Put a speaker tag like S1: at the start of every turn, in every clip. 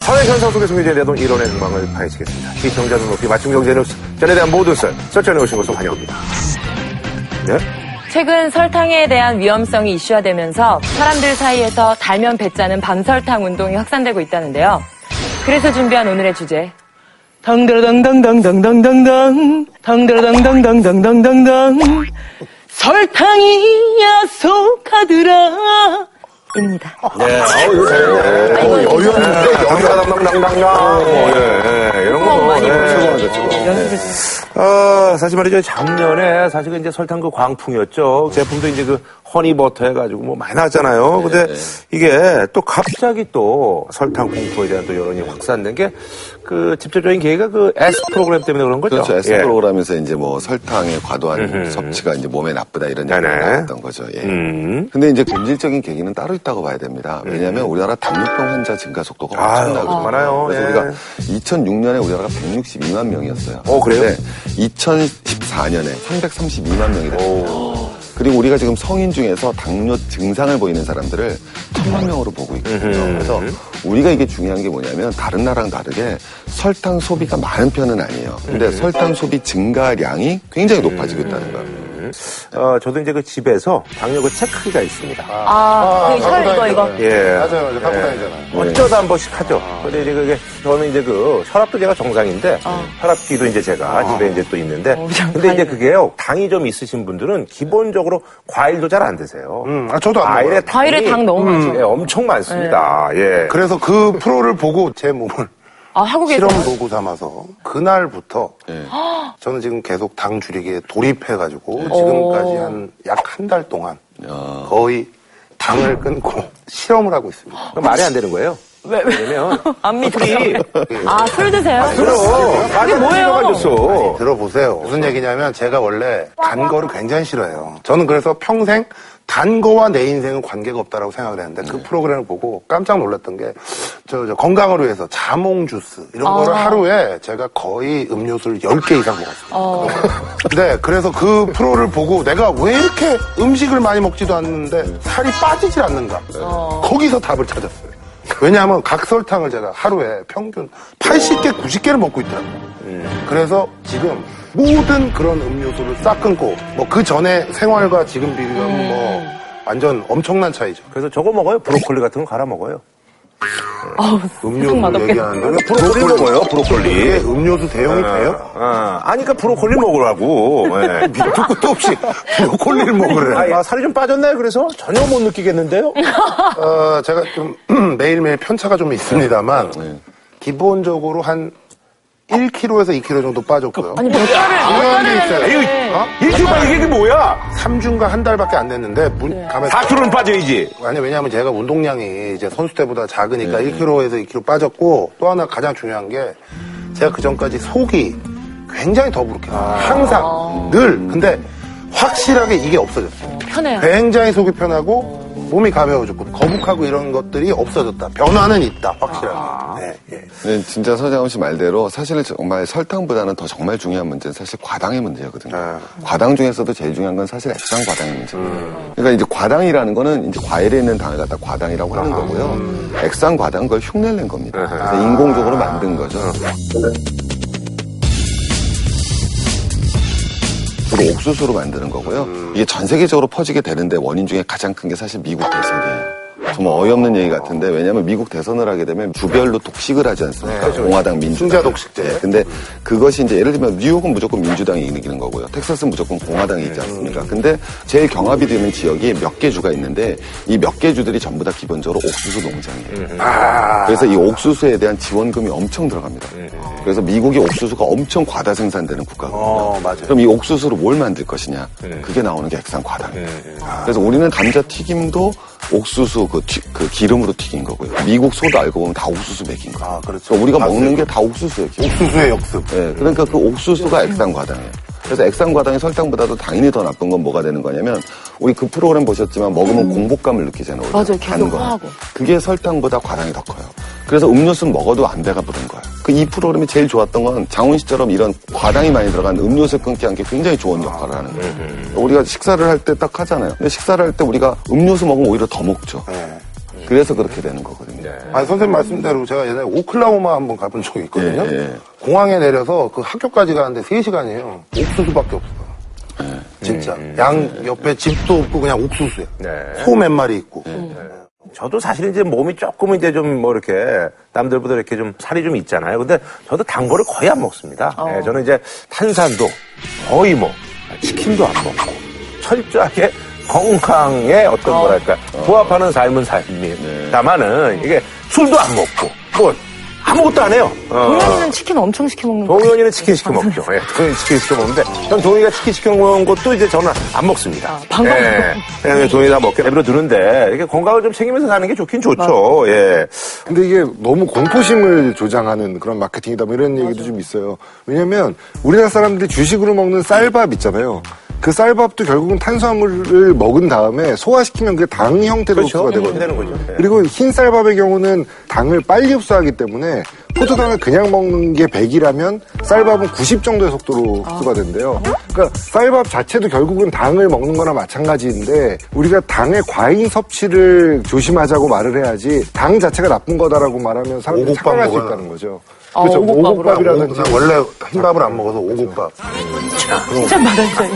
S1: 사회 현상 속에 소개되야 되던 이론의 흥망을 파헤치겠습니다. 시청자 눈높이 맞춤 경제 뉴스 전에 대한 모든 썰 설전에 오신 것을 환영합니다. 네?
S2: 최근 설탕에 대한 위험성이 이슈화되면서 사람들 사이에서 달면 배짜는 밤설탕 운동이 확산되고 있다는데요. 그래서 준비한 오늘의 주제.
S3: 덩더덩덩덩덩덩덩덩 덩더덩덩덩덩덩덩덩 설탕이 야속하더라 입니다.
S2: 아,
S1: 네. 어,
S4: 그렇죠.
S1: 여유였는데 당당당당당당 뭐, 예, 예, 이런 거 네. 최고죠 최고. 어, 사실 말이죠 작년에 사실 은 이제 설탕 그 광풍이었죠 제품도 이제 그 허니버터 해가지고 뭐 많이
S4: 네,
S1: 나왔잖아요 근데 이게 또 갑자기 또 설탕 공포에 대한 또 여론이 확산된 게 그 직접적인 계기가 그 S 프로그램 때문에 그런 거죠
S4: 그렇죠. S
S1: 예.
S4: 프로그램에서 이제 뭐 설탕의 과도한 섭취가 이제 몸에 나쁘다 이런 얘기가
S1: 음, 네네.
S4: 나왔던 거죠. 예.
S1: 음. 예.
S4: 근데 이제 본질적인 계기는 따로 있다고 봐야 됩니다. 왜냐하면 우리나라 당뇨병 환자 증가 속도가
S1: 아유,
S4: 엄청나거든요.
S1: 많아요.
S4: 그래서
S1: 예.
S4: 우리가 2006년에 우리나라가 162만 명이었어요.
S1: 어, 그래요?
S4: 2014년에 332만 명이 됐습니다. 그리고 우리가 지금 성인 중에서 당뇨 증상을 보이는 사람들을 천만 명으로 보고 있거든요. 그래서 우리가 이게 중요한 게 뭐냐면 다른 나라랑 다르게 설탕 소비가 많은 편은 아니에요. 근데 설탕 소비 증가량이 굉장히 높아지고 있다는 거예요.
S1: 어, 저도 이제 그 집에서 당뇨 그 체크기가 있습니다
S2: 아, 그 혈, 이거, 이거.
S1: 예.
S5: 맞아요, 아. 맞아요. 갖고 다니잖아요.
S1: 어쩌다 한 번씩 하죠. 근데 이제 그게 저는 이제 그 혈압도 제가 정상인데
S5: 어.
S1: 혈압기도 이제 제가
S5: 아.
S1: 집에 이제 또 있는데
S2: 정상이네.
S1: 근데 이제 그게요 당이 좀 있으신 분들은 기본적으로 과일도 잘 안 드세요.
S5: 아, 저도 안
S1: 과일에
S5: 먹어요.
S1: 당이
S2: 과일에 당 너무 많죠. 네.
S1: 예, 엄청 많습니다. 예.
S5: 그래서 그 프로를 보고 제 몸을
S2: 아, 한국에서.
S5: 실험 뭐, 도구 삼아서 그날부터 저는 지금 계속 당 줄이기에 돌입해가지고 지금까지 한 약 한 달 동안 거의 당을 끊고 실험을 하고 있습니다.
S1: 그럼 말이 안 되는 거예요.
S2: 왜, 왜?
S1: 왜냐면
S2: 안 믿어요. 아, 술 드세요?
S1: 그게
S2: 뭐예요?
S1: 가졌어.
S5: 들어보세요. 무슨 얘기냐면 제가 원래 단 거를 굉장히 싫어해요. 저는 그래서 평생 단 거와 내 인생은 관계가 없다라고 생각을 했는데 그 프로그램을 보고 깜짝 놀랐던 게, 저, 저 건강을 위해서 자몽 주스 이런 거를 하루에 제가 거의 음료수를 10개 이상 먹었습니다. 네, 그래서 그 프로를 보고 내가 왜 이렇게 음식을 많이 먹지도 않는데 살이 빠지질 않는가. 거기서 답을 찾았어요. 왜냐하면 각설탕을 제가 하루에 평균 80개, 90개를 먹고 있더라고요.
S1: 음.
S5: 그래서 지금 모든 그런 음료수를 싹 끊고 뭐 그 전에 생활과 지금 비교하면 뭐 완전 엄청난 차이죠.
S1: 그래서 저거 먹어요. 브로콜리 같은 거 갈아 먹어요.
S5: 음료수
S2: 맛없게.
S5: 얘기하는데
S1: 브로콜리 먹어요.
S5: 이게
S1: 브로콜리.
S5: 음료수 대용이 돼요?
S1: 아, 아니, 그러니까 브로콜리 먹으라고. 예.
S5: 밑도 끝도 없이 브로콜리를 먹으래.
S1: 아, 살이 좀 빠졌나요? 그래서 전혀 못 느끼겠는데요.
S5: 어, 제가 좀 매일매일 편차가 좀 있습니다만
S1: 네.
S5: 기본적으로 한 1kg에서 2kg 정도 빠졌고요. 아니, 몇 달을, 몇 달을 있어요. 어?
S1: 일주일 이게 뭐야?
S5: 3주인가 한 달밖에 안 됐는데 문, 가면
S1: 4kg는 빠져야지.
S5: 아니 왜냐하면 제가 운동량이 이제 선수 때보다 작으니까 1kg에서 2kg 빠졌고 또 하나 가장 중요한 게 제가 그 전까지 속이 굉장히 더부룩해요. 항상 늘 근데 확실하게 이게 없어졌어요.
S2: 아,
S3: 네.
S2: 편해요.
S5: 굉장히 속이 편하고 몸이 가벼워졌고 거북하고 이런 것들이 없어졌다. 변화는 있다 확실하게. 네, 예.
S4: 네, 진짜 서장훈 씨 말대로 사실 정말 설탕보다는 더 정말 중요한 문제는 사실 과당의 문제거든요. 과당 중에서도 제일 중요한 건 사실 액상 과당의 문제예요. 그러니까 이제 과당이라는 거는 이제 과일에 있는 당을 갖다 과당이라고 하는 거고요. 액상 과당 그걸 흉내를 낸 겁니다. 그래서 인공적으로 만든 거죠. 주로 옥수수로 만드는 거고요.
S5: 음.
S4: 이게 전 세계적으로 퍼지게 되는데 원인 중에 가장 큰 게 사실 미국 대선이에요. 정말 어이없는 얘기 같은데 왜냐하면 미국 대선을 하게 되면 주별로 독식을 하지 않습니까? 공화당, 민주당.
S5: 네, 그렇죠. 승자 독식제.
S4: 네, 근데 그것이 이제 예를 들면 뉴욕은 무조건 민주당이 이기는 거고요. 텍사스는 무조건 공화당이
S5: 음.
S4: 있지 않습니까? 근데 제일 경합이 되는 지역이 몇 개 주가 있는데 이 몇 개 주들이 전부 다 기본적으로 옥수수 농장이에요.
S5: 음.
S4: 아. 그래서 이 옥수수에 대한 지원금이 엄청 들어갑니다.
S5: 음.
S4: 그래서 미국이 옥수수가 엄청 과다 생산되는 국가거든요.
S1: 어, 맞아요.
S4: 그럼 이 옥수수로 뭘 만들 것이냐? 그게 나오는 게 액상 과당이에요. 아. 그래서 우리는 감자 튀김도 옥수수 그, 튀- 그 기름으로 튀긴 거고요. 미국 소도 알고 보면 다 옥수수 맥인 거예요.
S5: 아, 그렇죠.
S4: 그래서 우리가 먹는 게 다 옥수수예요. 기본.
S5: 옥수수의 역습.
S4: 예, 그러니까 그 옥수수가 액상과당이에요. 그래서 액상과당이 설탕보다도 당연히 더 나쁜 건 뭐가 되는 거냐면 우리 그 프로그램 보셨지만 먹으면 공복감을 느끼잖아요. 우리가.
S2: 음. 맞아요.
S4: 단
S2: 계속
S4: 거는.
S2: 화하고.
S4: 그게 설탕보다 과당이 더 커요. 그래서 음료수는 먹어도 안 배가 부른 거예요. 그 이 프로그램이 제일 좋았던 건 장훈 씨처럼 이런 과당이 많이 들어간 음료수 끊기 한 게 굉장히 좋은 역할을 하는 거예요. 우리가 식사를 할 때 딱 하잖아요. 근데 식사를 할 때 우리가 음료수 먹으면 오히려 더 먹죠. 그래서 그렇게 되는 거거든요.
S5: 아니, 선생님 말씀대로 제가 예전에 오클라호마 한번 가본 적이 있거든요.
S4: 예, 예.
S5: 공항에 내려서 그 학교까지 가는데 3시간이에요. 옥수수밖에 없어.
S4: 예.
S5: 진짜.
S6: 음,
S5: 양 옆에 집도 없고 그냥 옥수수야.
S1: 네.
S5: 소 몇 마리 있고.
S4: 예.
S1: 저도 사실 이제 몸이 조금 이제 좀 뭐 이렇게 남들보다 이렇게 좀 살이 좀 있잖아요. 근데 저도 단 거를 거의 안 먹습니다. 예, 저는 이제 탄산도 거의 뭐 치킨도 안 먹고 철저하게 건강에 어떤 뭐랄까 부합하는 삶은 삶이 다만은 이게 술도 안 먹고 뭐 아무것도 안 해요. 어.
S3: 동현이는 치킨 엄청 시켜 먹는 거.
S1: 동현이는 치킨 시켜 먹죠. 예, 동현이 치킨 시켜 먹는데, 전 동현이가 치킨 시켜 먹은 것도 이제 저는 안 먹습니다.
S3: 아, 방금
S1: 예, 예, 동현이 다 먹게 내버려 두는데, 이렇게 건강을 좀 챙기면서 사는 게 좋긴 좋죠. 예.
S6: 근데 이게 너무 공포심을 조장하는 그런 마케팅이다 뭐 이런 얘기도 좀 있어요. 왜냐면 우리나라 사람들이 주식으로 먹는 쌀밥 있잖아요. 그 쌀밥도 결국은 탄수화물을 먹은 다음에 소화시키면 그게 당 형태로
S1: 그렇죠.
S6: 흡수가 되거든요.
S1: 되는 거죠. 예.
S6: 그리고 흰 쌀밥의 경우는 당을 빨리 흡수하기 때문에 포도당을 그냥 먹는 게 100이라면 쌀밥은 90 정도의 속도로 흡수가 된대요. 그러니까 쌀밥 자체도 결국은 당을 먹는 거나 마찬가지인데 우리가 당의 과잉 섭취를 조심하자고 말을 해야지 당 자체가 나쁜 거다라고 말하면 사람들이
S5: 오곡밥
S6: 착각할 수
S5: 먹어요.
S6: 있다는 거죠.
S3: 어,
S6: 그렇죠.
S3: 오곡밥으로.
S6: 오곡밥이라든지
S5: 난 원래 흰밥을 안 먹어서 오곡밥.
S3: 진짜 말하자니.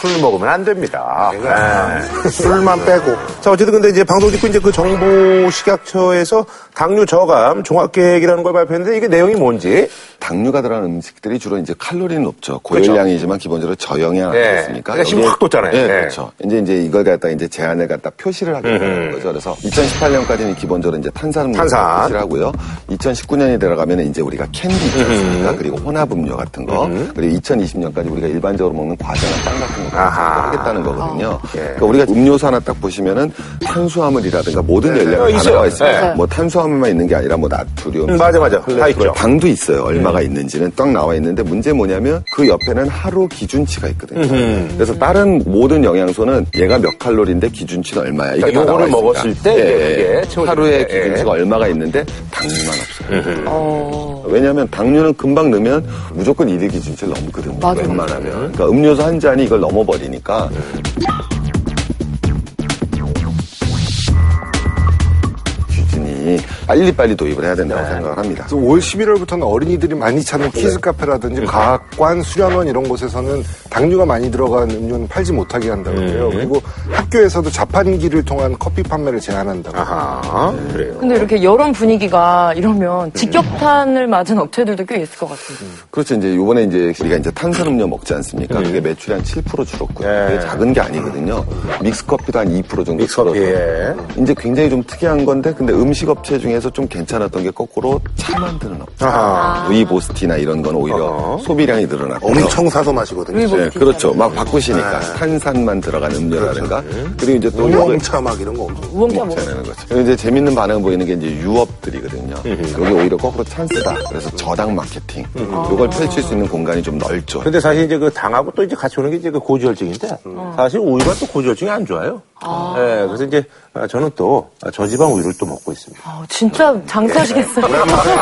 S1: 술 먹으면 안 됩니다. 예.
S5: 술만 빼고.
S1: 자, 어쨌든 근데 이제 방송 듣고 이제 그 정부 식약처에서 당류 저감 종합계획이라는 걸 발표했는데 이게 내용이 뭔지.
S4: 당류가 들어간 음식들이 주로 이제 칼로리는 높죠. 고열량이지만 기본적으로 저영양
S1: 예.
S4: 아니겠습니까?
S1: 그렇죠. 그러니까 지금
S4: 여기에-
S1: 확 떴잖아요.
S4: 예,
S1: 예.
S4: 그렇죠. 이제 이제 이걸 갖다 이제 제한을 갖다 표시를 하게 되는 거죠. 그래서 2018년까지는 기본적으로 이제 탄산음료
S1: 음. 탄산.
S4: 표시를 하고요. 2019년이 들어가면 이제 우리가 캔디
S1: 음.
S4: 있지 않습니까? 그리고 혼합음료 같은 거. 그리고 2020년까지 우리가 일반적으로 먹는 과자나 빵 같은 거
S1: 아하. 예.
S4: 하겠다는 거거든요. 그러니까 우리가 음료수 하나 딱 보시면은 탄수화물이라든가 모든
S1: 어,
S4: 열량이 다
S1: 있어요.
S4: 들어가 있어요.
S1: 네.
S4: 뭐 탄수화물만 있는 게 아니라 뭐 나트륨,
S1: 음, 맞아, 맞아. 다 있죠. 네.
S4: 당도 있어요. 얼마가 있는지는 딱 나와 있는데 문제 뭐냐면 그 옆에는 하루 기준치가 있거든요. 그래서 다른 모든 영양소는 얘가 몇 칼로리인데 기준치는 얼마야. 이게
S1: 그러니까
S4: 다
S1: 요거를
S4: 나와 있습니다.
S1: 먹었을 때 이게 그게 채워지는
S4: 하루에
S1: 거예요.
S4: 기준치가 얼마가 있는데 당류만 없어요. 음. 왜냐하면 당류는 금방 넣으면 무조건 일일 기준치를 넘거든요. 웬만하면. 그러니까 음료수 한 잔이 이걸 넘어버리니까
S1: 음.
S4: 기준이 빨리빨리 도입을 해야 된다고
S1: 네.
S4: 생각을 합니다.
S6: 그래서 올 11월부터는 어린이들이 많이 찾는
S5: 네.
S6: 키즈 카페라든지 과학관, 수련원 이런 곳에서는 당류가 많이 들어간 음료는 팔지 못하게 한다고
S5: 네.
S6: 해요. 그리고 학교에서도 자판기를 통한 커피 판매를 제한한다고.
S1: 아, 그래요.
S3: 근데 이렇게 여론 분위기가 이러면 직격탄을 맞은 업체들도 꽤 있을 것 같은데.
S4: 그렇죠. 이제 요번에 이제 우리가 이제 탄산음료 먹지 않습니까? 그게 매출이 한 7% 줄었고요.
S1: 예.
S4: 그게 작은 게 아니거든요. 믹스커피도 한 2% 정도
S1: 믹스커피, 예.
S4: 줄었고. 이제 굉장히 좀 특이한 건데 근데 음식업체 중에서 좀 괜찮았던 게 거꾸로 차 만드는 업체.
S1: 아하.
S4: 루이보스티나 이런 건 오히려 소비량이 늘어났고요.
S5: 엄청 사서 마시거든요.
S4: 네, 그렇죠. 막 바꾸시니까
S1: 네.
S4: 탄산만 들어간 음료라든가
S1: 그렇죠.
S4: 그리고 이제 또 이거-
S5: 우영차 막 이런 거 엄청.
S3: 우엉차 먹
S4: 되는 거죠. 그리고 이제 재밌는 반응 보이는 게 이제 유업들이거든요. 여기 오히려 거꾸로 찬스다. 그래서 저당 마케팅. 이걸 펼칠 수 있는 공간이 좀 넓죠.
S1: 근데 사실 이제 그 당하고 또 이제 같이 오는 게 이제 그 고지혈증인데
S3: 음.
S1: 어. 사실 우유가 또 고지혈증이 안 좋아요. 예, 그래서 이제 아, 저는 또 아, 저지방 우유를 또 먹고 있습니다.
S3: 아, 진짜 장사하시겠어요.
S5: 오랜만에,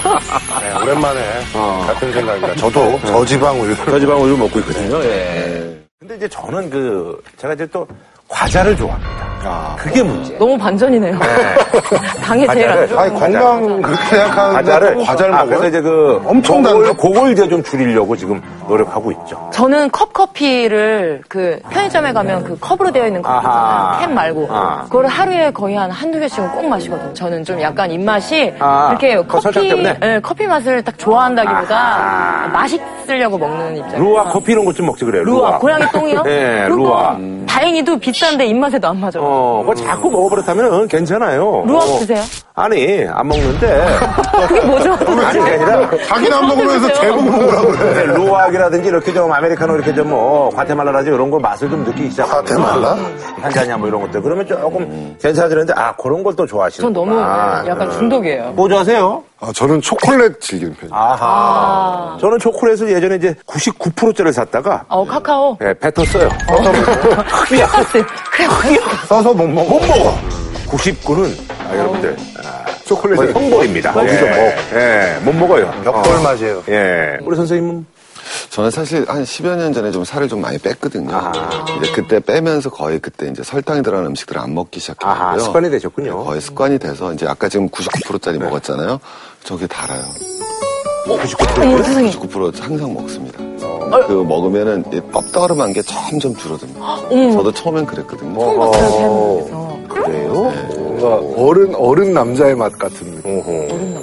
S5: 네, 오랜만에
S6: 어.
S5: 같은 생각입니다.
S6: 네.
S5: 저도 저지방 우유.
S1: 저지방 우유 먹고 있거든요. 예. 근데 이제 저는 그 제가 이제 또 과자를 좋아합니다. 그게 문제.
S3: 너무 반전이네요. 당에 제일 안 좋아.
S5: 아니, 건강 그렇게 생각하는데
S1: 과자를
S5: 과자를
S1: 아,
S5: 먹어요?
S1: 그래서 이제 그
S5: 엄청
S1: 그걸,
S5: 단데?
S1: 그걸 이제 좀 줄이려고 지금 노력하고 있죠.
S3: 저는 컵커피를 그 편의점에 가면 그 컵으로 되어 있는
S1: 아하.
S3: 커피 있잖아요. 캔 말고.
S1: 아.
S3: 그걸 하루에 거의 한 한두 개씩은 꼭 마시거든요. 저는 좀 약간 입맛이
S1: 아,
S3: 이렇게
S1: 그 설탕
S3: 커피,
S1: 때문에?
S3: 예, 커피 맛을 딱 좋아한다기보다 맛있으려고 먹는 입장.
S1: 루아 커피 이런 것 좀 먹지 그래요.
S3: 루아. 고양이 똥이요?
S1: 예,
S3: 그거
S1: 루아.
S3: 다행히도 비싼데 입맛에도 안 맞아요.
S1: 어, 그거 자꾸 먹어버렸다면 괜찮아요.
S3: 루아
S1: 어.
S3: 드세요?
S1: 아니, 안 먹는데.
S3: 그게 뭐죠?
S1: 아니, 그게 아니라
S5: 자기는 안 먹으면서
S3: 그러세요?
S5: 제목 먹으라고 그래.
S1: 네, 로악이라든지 이렇게 좀 아메리카노 이렇게 좀뭐 과테말라라든지 이런 거 맛을 좀 느끼기 시작하고
S5: 과테말라?
S1: 한잔이야 뭐 이런 것들 그러면 조금 괜찮아지는데 아 그런 걸 또 좋아하시는 네.
S3: 전 너무 약간 중독이에요.
S1: 뭐 좋아하세요?
S6: 아, 저는 초콜릿 즐기는 편이에요.
S1: 아하 저는 초콜릿을 예전에 이제 99%짜리를 샀다가
S3: 어, 카카오.
S1: 예, 뱉었어요 흑이야
S3: 그래,
S5: 써서 못 먹어.
S1: 못 먹어 99는 아,
S3: 어.
S1: 여러분들
S6: 초콜릿
S1: 거의 성공입니다
S5: 거기서
S1: 예, 예, 못 먹어요
S5: 벽돌 맛이에요.
S1: 예 우리 선생님은
S4: 저는 사실 한 10여 년 전에 좀 살을 좀 많이 뺐거든요. 이제 그때 빼면서 거의 그때 이제 설탕이 들어간 음식들을 안 먹기 시작했고요.
S5: 어.
S1: 아하, 습관이 되셨군요.
S4: 거의 습관이 돼서 이제 아까 지금 99%짜리 먹었잖아요. 저게 달아요. 네, 99%? 99% 항상 먹습니다. 그 먹으면은 이 떡떠름한 게 점점 줄어듭니다. 저도 처음엔 그랬거든요.
S1: 그래요?
S6: 뭔가 어른 어른 남자의 맛 같은 느낌.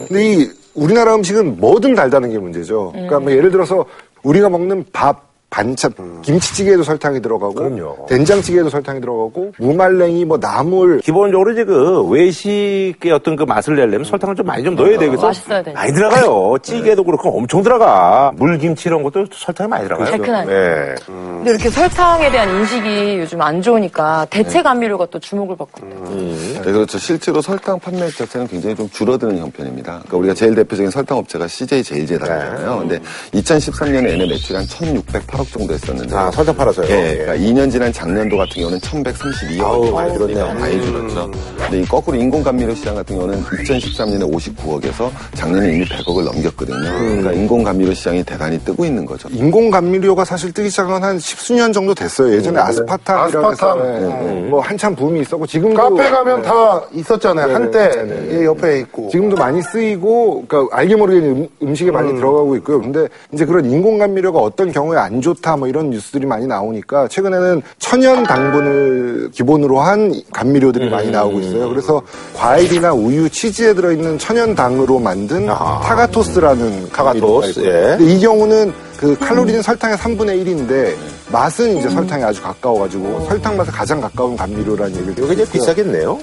S6: 근데 이 우리나라 음식은 뭐든 달다는 게 문제죠. 그러니까 뭐 예를 들어서 우리가 먹는 밥 반찬 김치찌개에도 설탕이 들어가고
S1: 그럼요.
S6: 된장찌개에도 설탕이 들어가고 무말랭이 뭐 나물
S1: 기본적으로 이제 그 외식의 어떤 그 맛을 내려면 설탕을 좀 많이 좀 넣어야 되겠어.
S3: 맛있어야 되니까.
S1: 많이 들어가요. 찌개도 그렇고 엄청 들어가. 물김치 이런 것도 설탕이 많이 들어가요.
S3: 달큰하게.
S1: 예.
S3: 근데 이렇게 설탕에 대한 인식이 요즘 안 좋으니까 대체 감미료가 또 주목을 받고 있대요.
S4: 네, 그렇죠. 실제로 설탕 판매 자체는 굉장히 좀 줄어드는 형편입니다. 그러니까 우리가 제일 대표적인 설탕 업체가 CJ 제일제당이잖아요. 근데 2013년에 얘네 매출이 한 1,608억 정도 했었는데.
S1: 아, 설탕 팔아서요?
S4: 예. 그러니까 2년 지난 작년도 같은 경우는 1,132억이 많이 줄었네요. 음. 많이 줄었죠. 근데 이 거꾸로 인공감미료 시장 같은 경우는 2013년에 59억에서 작년에 이미 100억을 넘겼거든요. 그러니까 인공감미료 시장이 대단히 뜨고 있는 거죠.
S6: 인공 감미료가 사실 뜨기 시작한 한 십수년 정도 됐어요. 예전에 아스파탐이라고 해서
S5: 아스파탐.
S6: 네. 뭐 한참 붐이 있었고 지금도 네,
S5: 카페 가면 다 있었잖아요. 한때 예, 옆에 있고.
S6: 지금도 많이 쓰이고 그러니까 알게 모르게 음, 음식에 많이 들어가고 있고요. 근데 이제 그런 인공감미료가 어떤 경우에 안 좋다 뭐 이런 뉴스들이 많이 나오니까 최근에는 천연 당분을 기본으로 한 감미료들이 많이 나오고 있어요. 그래서 과일이나 우유, 치즈에 들어있는 천연 당으로 만든 타가토스라는 감미료가
S1: 타가토스,
S6: 있고요.
S1: 예.
S6: 근데 이 경우는 그 칼로리는 설탕의 3분의 1인데 맛은 이제 설탕이 아주 가까워가지고 설탕 맛에 가장 가까운 감미료라는 얘기를
S1: 이게 이제
S6: 듣고요.
S1: 비싸겠네요.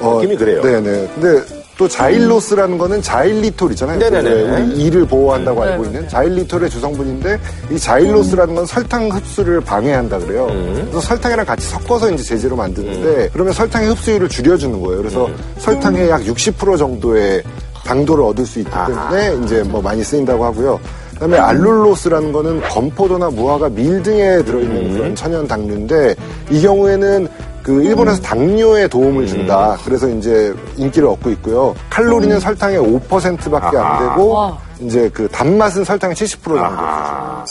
S1: 어, 느낌이 그래요.
S6: 네네. 근데 또 자일로스라는 거는 자일리톨 있잖아요.
S1: 네네네.
S6: 그 우리 이를 보호한다고 알고 있는 자일리톨의 주성분인데 이 자일로스라는 건 설탕 흡수를 방해한다 그래요.
S1: 음.
S6: 그래서 설탕이랑 같이 섞어서 이제 제재로 만드는데 그러면 설탕의 흡수율을 줄여주는 거예요. 그래서
S1: 음.
S6: 설탕의 약 60% 정도의 당도를 얻을 수 있기 때문에 이제 뭐 많이 쓰인다고 하고요. 그다음에 알룰로스라는 거는 건포도나 무화과 밀 등에 들어있는 그런 천연 당류인데 이 경우에는 그 일본에서 당뇨에 도움을 준다. 그래서 이제 인기를 얻고 있고요. 칼로리는 설탕의 5%밖에 안 되고 이제 그 단맛은 설탕의 70% 정도.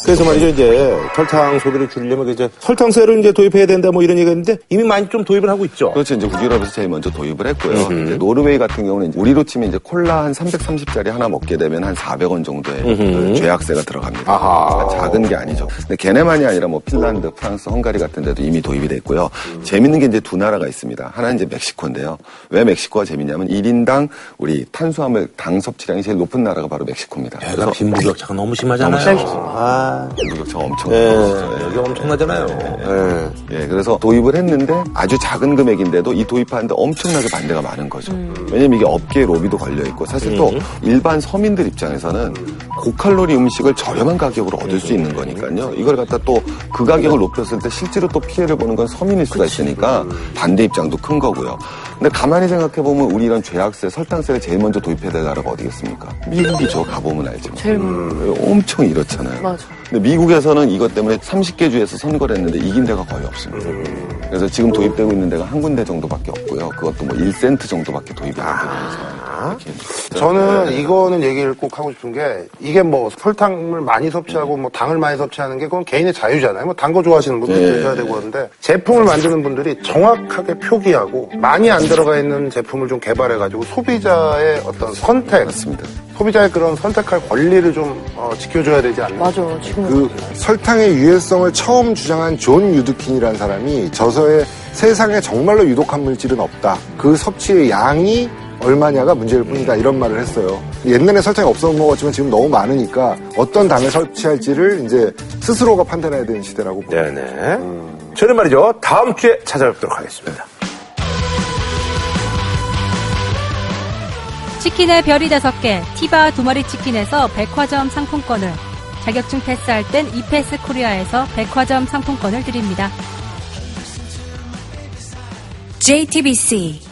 S1: 그래서 말이죠, 이제 설탕 소비를 줄이려면 이제 설탕세를 이제 도입해야 된다 뭐 이런 얘기가 있는데 이미 많이 좀 도입을 하고 있죠.
S4: 그렇죠. 이제 북유럽에서 제일 먼저 도입을 했고요. 이제 노르웨이 같은 경우는 이제 우리로 치면 이제 콜라 한 330짜리 하나 먹게 되면 한 400원 정도의 그 죄악세가 들어갑니다. 그러니까 작은 게 아니죠. 근데 걔네만이 아니라 뭐 핀란드, 프랑스, 헝가리 같은 데도 이미 도입이 돼 있고요. 재밌는 게 이제 두 나라가 있습니다. 하나는 이제 멕시코인데요. 왜 멕시코가 재밌냐면 1인당 우리 탄수화물 당 섭취량이 제일 높은 나라가 바로 멕시코입니다.
S1: 내가 빈부격차가 너무 심하잖아요. 아,
S4: 저 엄청
S1: 예,
S4: 많죠. 예.
S1: 여기 엄청나잖아요. 예.
S4: 예, 그래서 도입을 했는데 아주 작은 금액인데도 이 도입하는데 엄청나게 반대가 많은 거죠. 왜냐면 이게 업계 로비도 걸려 있고 사실 또 일반 서민들 입장에서는 고칼로리 음식을 저렴한 가격으로 얻을 수 있는 거니까요. 이걸 갖다 또 그 가격을 높였을 때 실제로 또 피해를 보는 건 서민일 수가 있으니까 반대 입장도 큰 거고요. 근데 가만히 생각해 보면 우리 이런 죄악세, 설탕세를 제일 먼저 도입해야 될 나라가 어디겠습니까? 미국이죠. 가보면 알지만.
S3: 제일
S4: 음, 엄청 이렇잖아요.
S3: 맞아.
S4: 음. 근데 미국에서는 이것 때문에 30개 주에서 선거를 했는데 이긴 데가 거의 없습니다. 그래서 지금 도입되고 있는 데가 한 군데 정도밖에 없고요. 그것도 뭐 1센트 정도밖에 도입이 안 되는 상황입니다. 이렇게.
S5: 저는 이거는 얘기를 꼭 하고 싶은 게 이게 뭐 설탕을 많이 섭취하고 뭐 당을 많이 섭취하는 게 그건 개인의 자유잖아요. 뭐 단 거 좋아하시는 분들
S1: 예.
S4: 네.
S5: 드셔야 되고 그런데 제품을 만드는 분들이 정확하게 표기하고 많이 안 들어가 있는 제품을 좀 개발해 가지고 소비자의 어떤 선택,
S4: 맞습니다.
S5: 소비자의 그런 선택할 권리를 좀 어, 지켜줘야 되지 않나.
S3: 맞아. 지금 은
S6: 그 설탕의 유해성을 처음 주장한 존 유드킨이라는 사람이 저서에 세상에 정말로 유독한 물질은 없다. 그 섭취의 양이 얼마냐가 문제일 뿐이다 이런 말을 했어요. 옛날에 설탕이 없어 먹었지만 지금 너무 많으니까 어떤 당을 섭취할지를 이제 스스로가 판단해야 되는 시대라고 봅니다.
S1: 네네. 저는 말이죠, 다음 주에 찾아뵙도록 하겠습니다.
S7: 치킨의 별이 다섯 개, 티바 두 마리 치킨에서 백화점 상품권을, 자격증 패스할 땐 이패스 코리아에서 백화점 상품권을 드립니다. JTBC